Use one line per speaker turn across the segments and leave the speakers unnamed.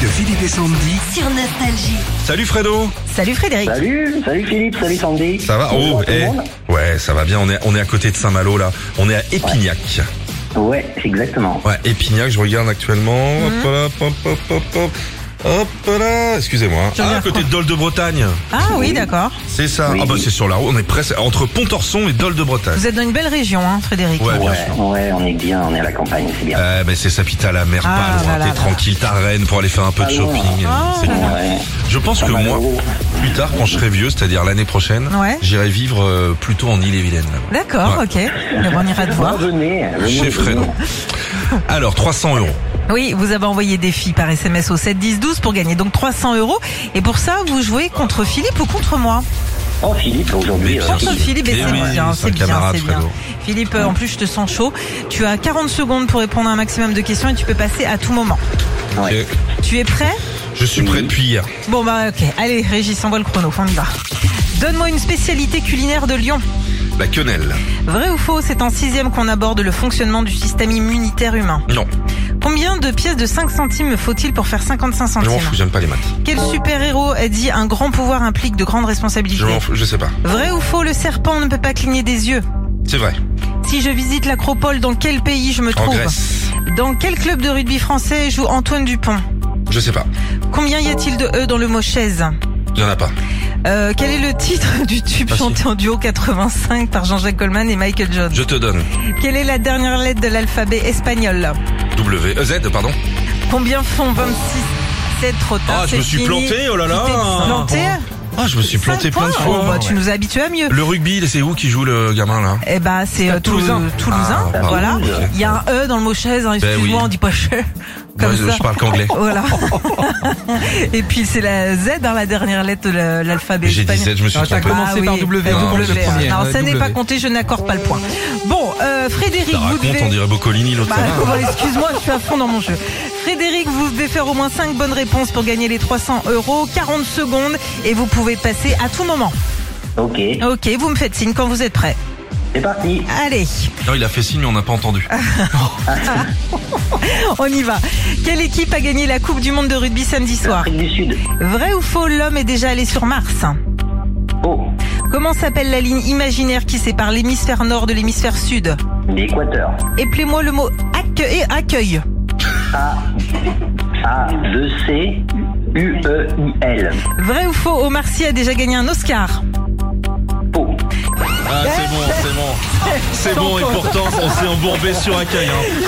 de Philippe et Sandy.
sur Nostalgie.
Salut Fredo
Salut Frédéric.
Salut, salut Philippe, salut Sandy.
Ça va
Bonjour à tout le
eh.
monde.
Ouais, ça va bien, on est, on est à côté de Saint-Malo là. On est à Épignac.
Ouais, exactement.
Ouais, Épignac, je regarde actuellement.
Mhm.
Hop là, hop, hop, hop, hop. Hop là, excusez-moi.
Tu
Ah, à
regardes
côté de Dole de Bretagne.
Ah oui, d'accord.
C'est ça.
Oui.
Ah bah c'est sur la route, on est presque entre Pont-Orson et Dole de Bretagne.
Vous êtes dans une belle région, hein, Frédéric.
Ouais, bien
ouais,
sûr.
ouais, on est bien, on est à la campagne, c'est bien.
Eh, mais c'est Sapita la mer,
Ah,
pas loin.
voilà,
T'es
voilà.
tranquille, t'as Rennes pour aller faire un peu de
Pas loin.
shopping.
Ah,
C'est bien.
Ouais.
Je pense
Pas
que
mal
moi,
d'euros.
plus tard, quand je serai vieux, c'est-à-dire l'année prochaine,
Ouais.
j'irai vivre euh, plutôt en Ille-et-Vilaine. là-bas.
D'accord,
Ouais.
ok. Mais bon, on ira te
Bon,
voir.
venez, venez,
Bah, Chez
venez.
Fredo. Alors, 300 euros.
Oui, vous avez envoyé des filles par SMS au 7 10 12 pour gagner donc 300 euros. Et pour ça, vous jouez contre Philippe ou contre moi
Oh Philippe, aujourd'hui.
Mais
euh,
bien
Contre
sûr.
Philippe, et
Ah, Eh
c'est
oui,
bien,
c'est un
c'est bien,
camarade,
c'est bien.
Fredo.
Philippe, euh, en plus, je te sens chaud. Tu as 40 secondes pour répondre à un maximum de questions et tu peux passer à tout moment.
Ouais.
Ok.
Tu es prêt
Je suis prêt depuis hier.
Bon bah ok. Allez, Régis, envoie le chrono, on y va. Donne-moi une spécialité culinaire de Lyon.
La quenelle.
Vrai ou faux, c'est en sixième qu'on aborde le fonctionnement du système immunitaire humain.
Non,
Combien de pièces de 5 centimes faut-il pour faire 55
je
centimes
m'en fous, j'aime pas les maths.
Quel super-héros a dit un grand pouvoir implique de grandes
Je
responsabilités
m'en fous, je sais pas.
Vrai ou faux, le serpent ne peut pas cligner des yeux
C'est vrai.
Si je visite l'acropole, dans quel pays je me
En
trouve
Grèce.
Dans quel club de rugby français joue Antoine Dupont
Je sais pas.
Combien y a-t-il de E dans le mot chaise
Il y en a pas.
Euh, Quel est le titre du tube
Merci.
chanté en duo 85 par Jean-Jacques Goldman et Michael Jones
Je te donne.
Quelle est la dernière lettre de l'alphabet espagnol
W. E, Z, pardon.
Combien font 26 C'est trop tard.
Ah, je
c'est
me suis
fini.
planté, oh là là.
Tu t'es planté
Ah, je me suis planté
Cinq
plein de
points.
fois.
Oh, bah, tu nous as habitués à mieux.
Le rugby, c'est où qui joue le gamin là
Eh bah, c'est
Ah,
euh, Tou-
Toulousain.
Toulousain,
Ah,
voilà.
pardon.
Il y a un E dans le mot chaise, hein,
Ben
excuse-moi,
oui.
on dit pas che. Comme
Moi,
ça.
Je parle qu'anglais.
Voilà. Et puis c'est la Z, dans la dernière lettre de la- l'alphabet
J'ai dit
espagnol.
Z, je me suis
Ah, t'as
trompé.
commencé
Ah
par
oui,
W,
euh,
W, hein,
le premier.
Alors ça
Ouais,
n'est pas
W.
compté, je n'accorde pas le point. Bon, euh, Frédéric,
Ça
vous
raconte,
devez...
on dirait Boccolini l'autre.
Bah,
ça va.
bon, excuse-moi, je suis à fond dans mon jeu. Frédéric, vous devez faire au moins 5 bonnes réponses pour gagner les 300 euros, 40 secondes, et vous pouvez passer à tout moment.
Ok,
Ok, vous me faites signe quand vous êtes prêt.
c'est parti.
Allez,
Non, il a fait signe, mais on n'a pas entendu.
on y va. Quelle équipe a gagné la Coupe du Monde de rugby samedi soir
Afrique du Sud.
Vrai ou faux, l'homme est déjà allé sur Mars
Oh,
Comment s'appelle la ligne imaginaire qui sépare l'hémisphère nord de l'hémisphère sud
l'Équateur.
Éplez-moi le mot accueil et accueil.
A, 2, C, U, E, I, L.
Vrai ou faux, Omar Sy a déjà gagné un Oscar
Oh,
Ah, c'est bon, c'est bon. C'est bon, et pourtant, on s'est embourbé sur Akai. Hein.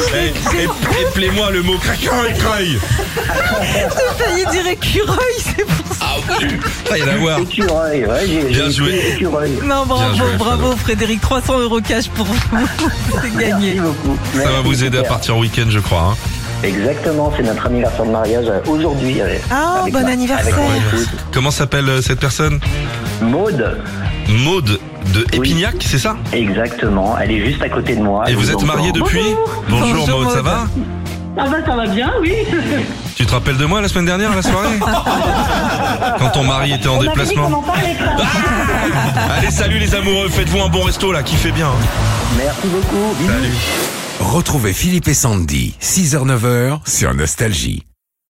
Et, moi le mot craquin et craille.
J'ai failli dire écureuil, c'est pour ça.
Ah, il y a à voir.
écureuil, ouais, j'ai
Ah. Bien
j'ai
joué.
écrit Écureuil.
Non, bravo,
joué,
bravo Frédéric, 300 euros cash pour vous. C'est
Merci
gagné.
beaucoup.
Ça va vous aider à partir en week-end, je crois. hein.
Exactement, c'est notre anniversaire de mariage euh, aujourd'hui. avec-
Ah,
avec
bon
ma-
anniversaire.
avec mon épouse.
Comment s'appelle euh, cette personne
Maude,
Maude de
Oui.
Épignac, c'est ça
exactement, elle est juste à côté de moi.
Et
Je
vous êtes
entends.
mariés depuis Bonjour,
Bonjour,
Maude, ça
Maude.
va
Ah bah ça va bien, oui.
Tu te rappelles de moi la semaine dernière, à la soirée Quand ton mari était en
On avait dit qu'on
déplacement.
en parlait pas.
Allez, salut les amoureux, faites-vous un bon resto là, kiffez bien. hein.
Merci beaucoup. Bisous.
Salut.
Retrouvez Philippe et Sandy, 6h-9h sur Nostalgie.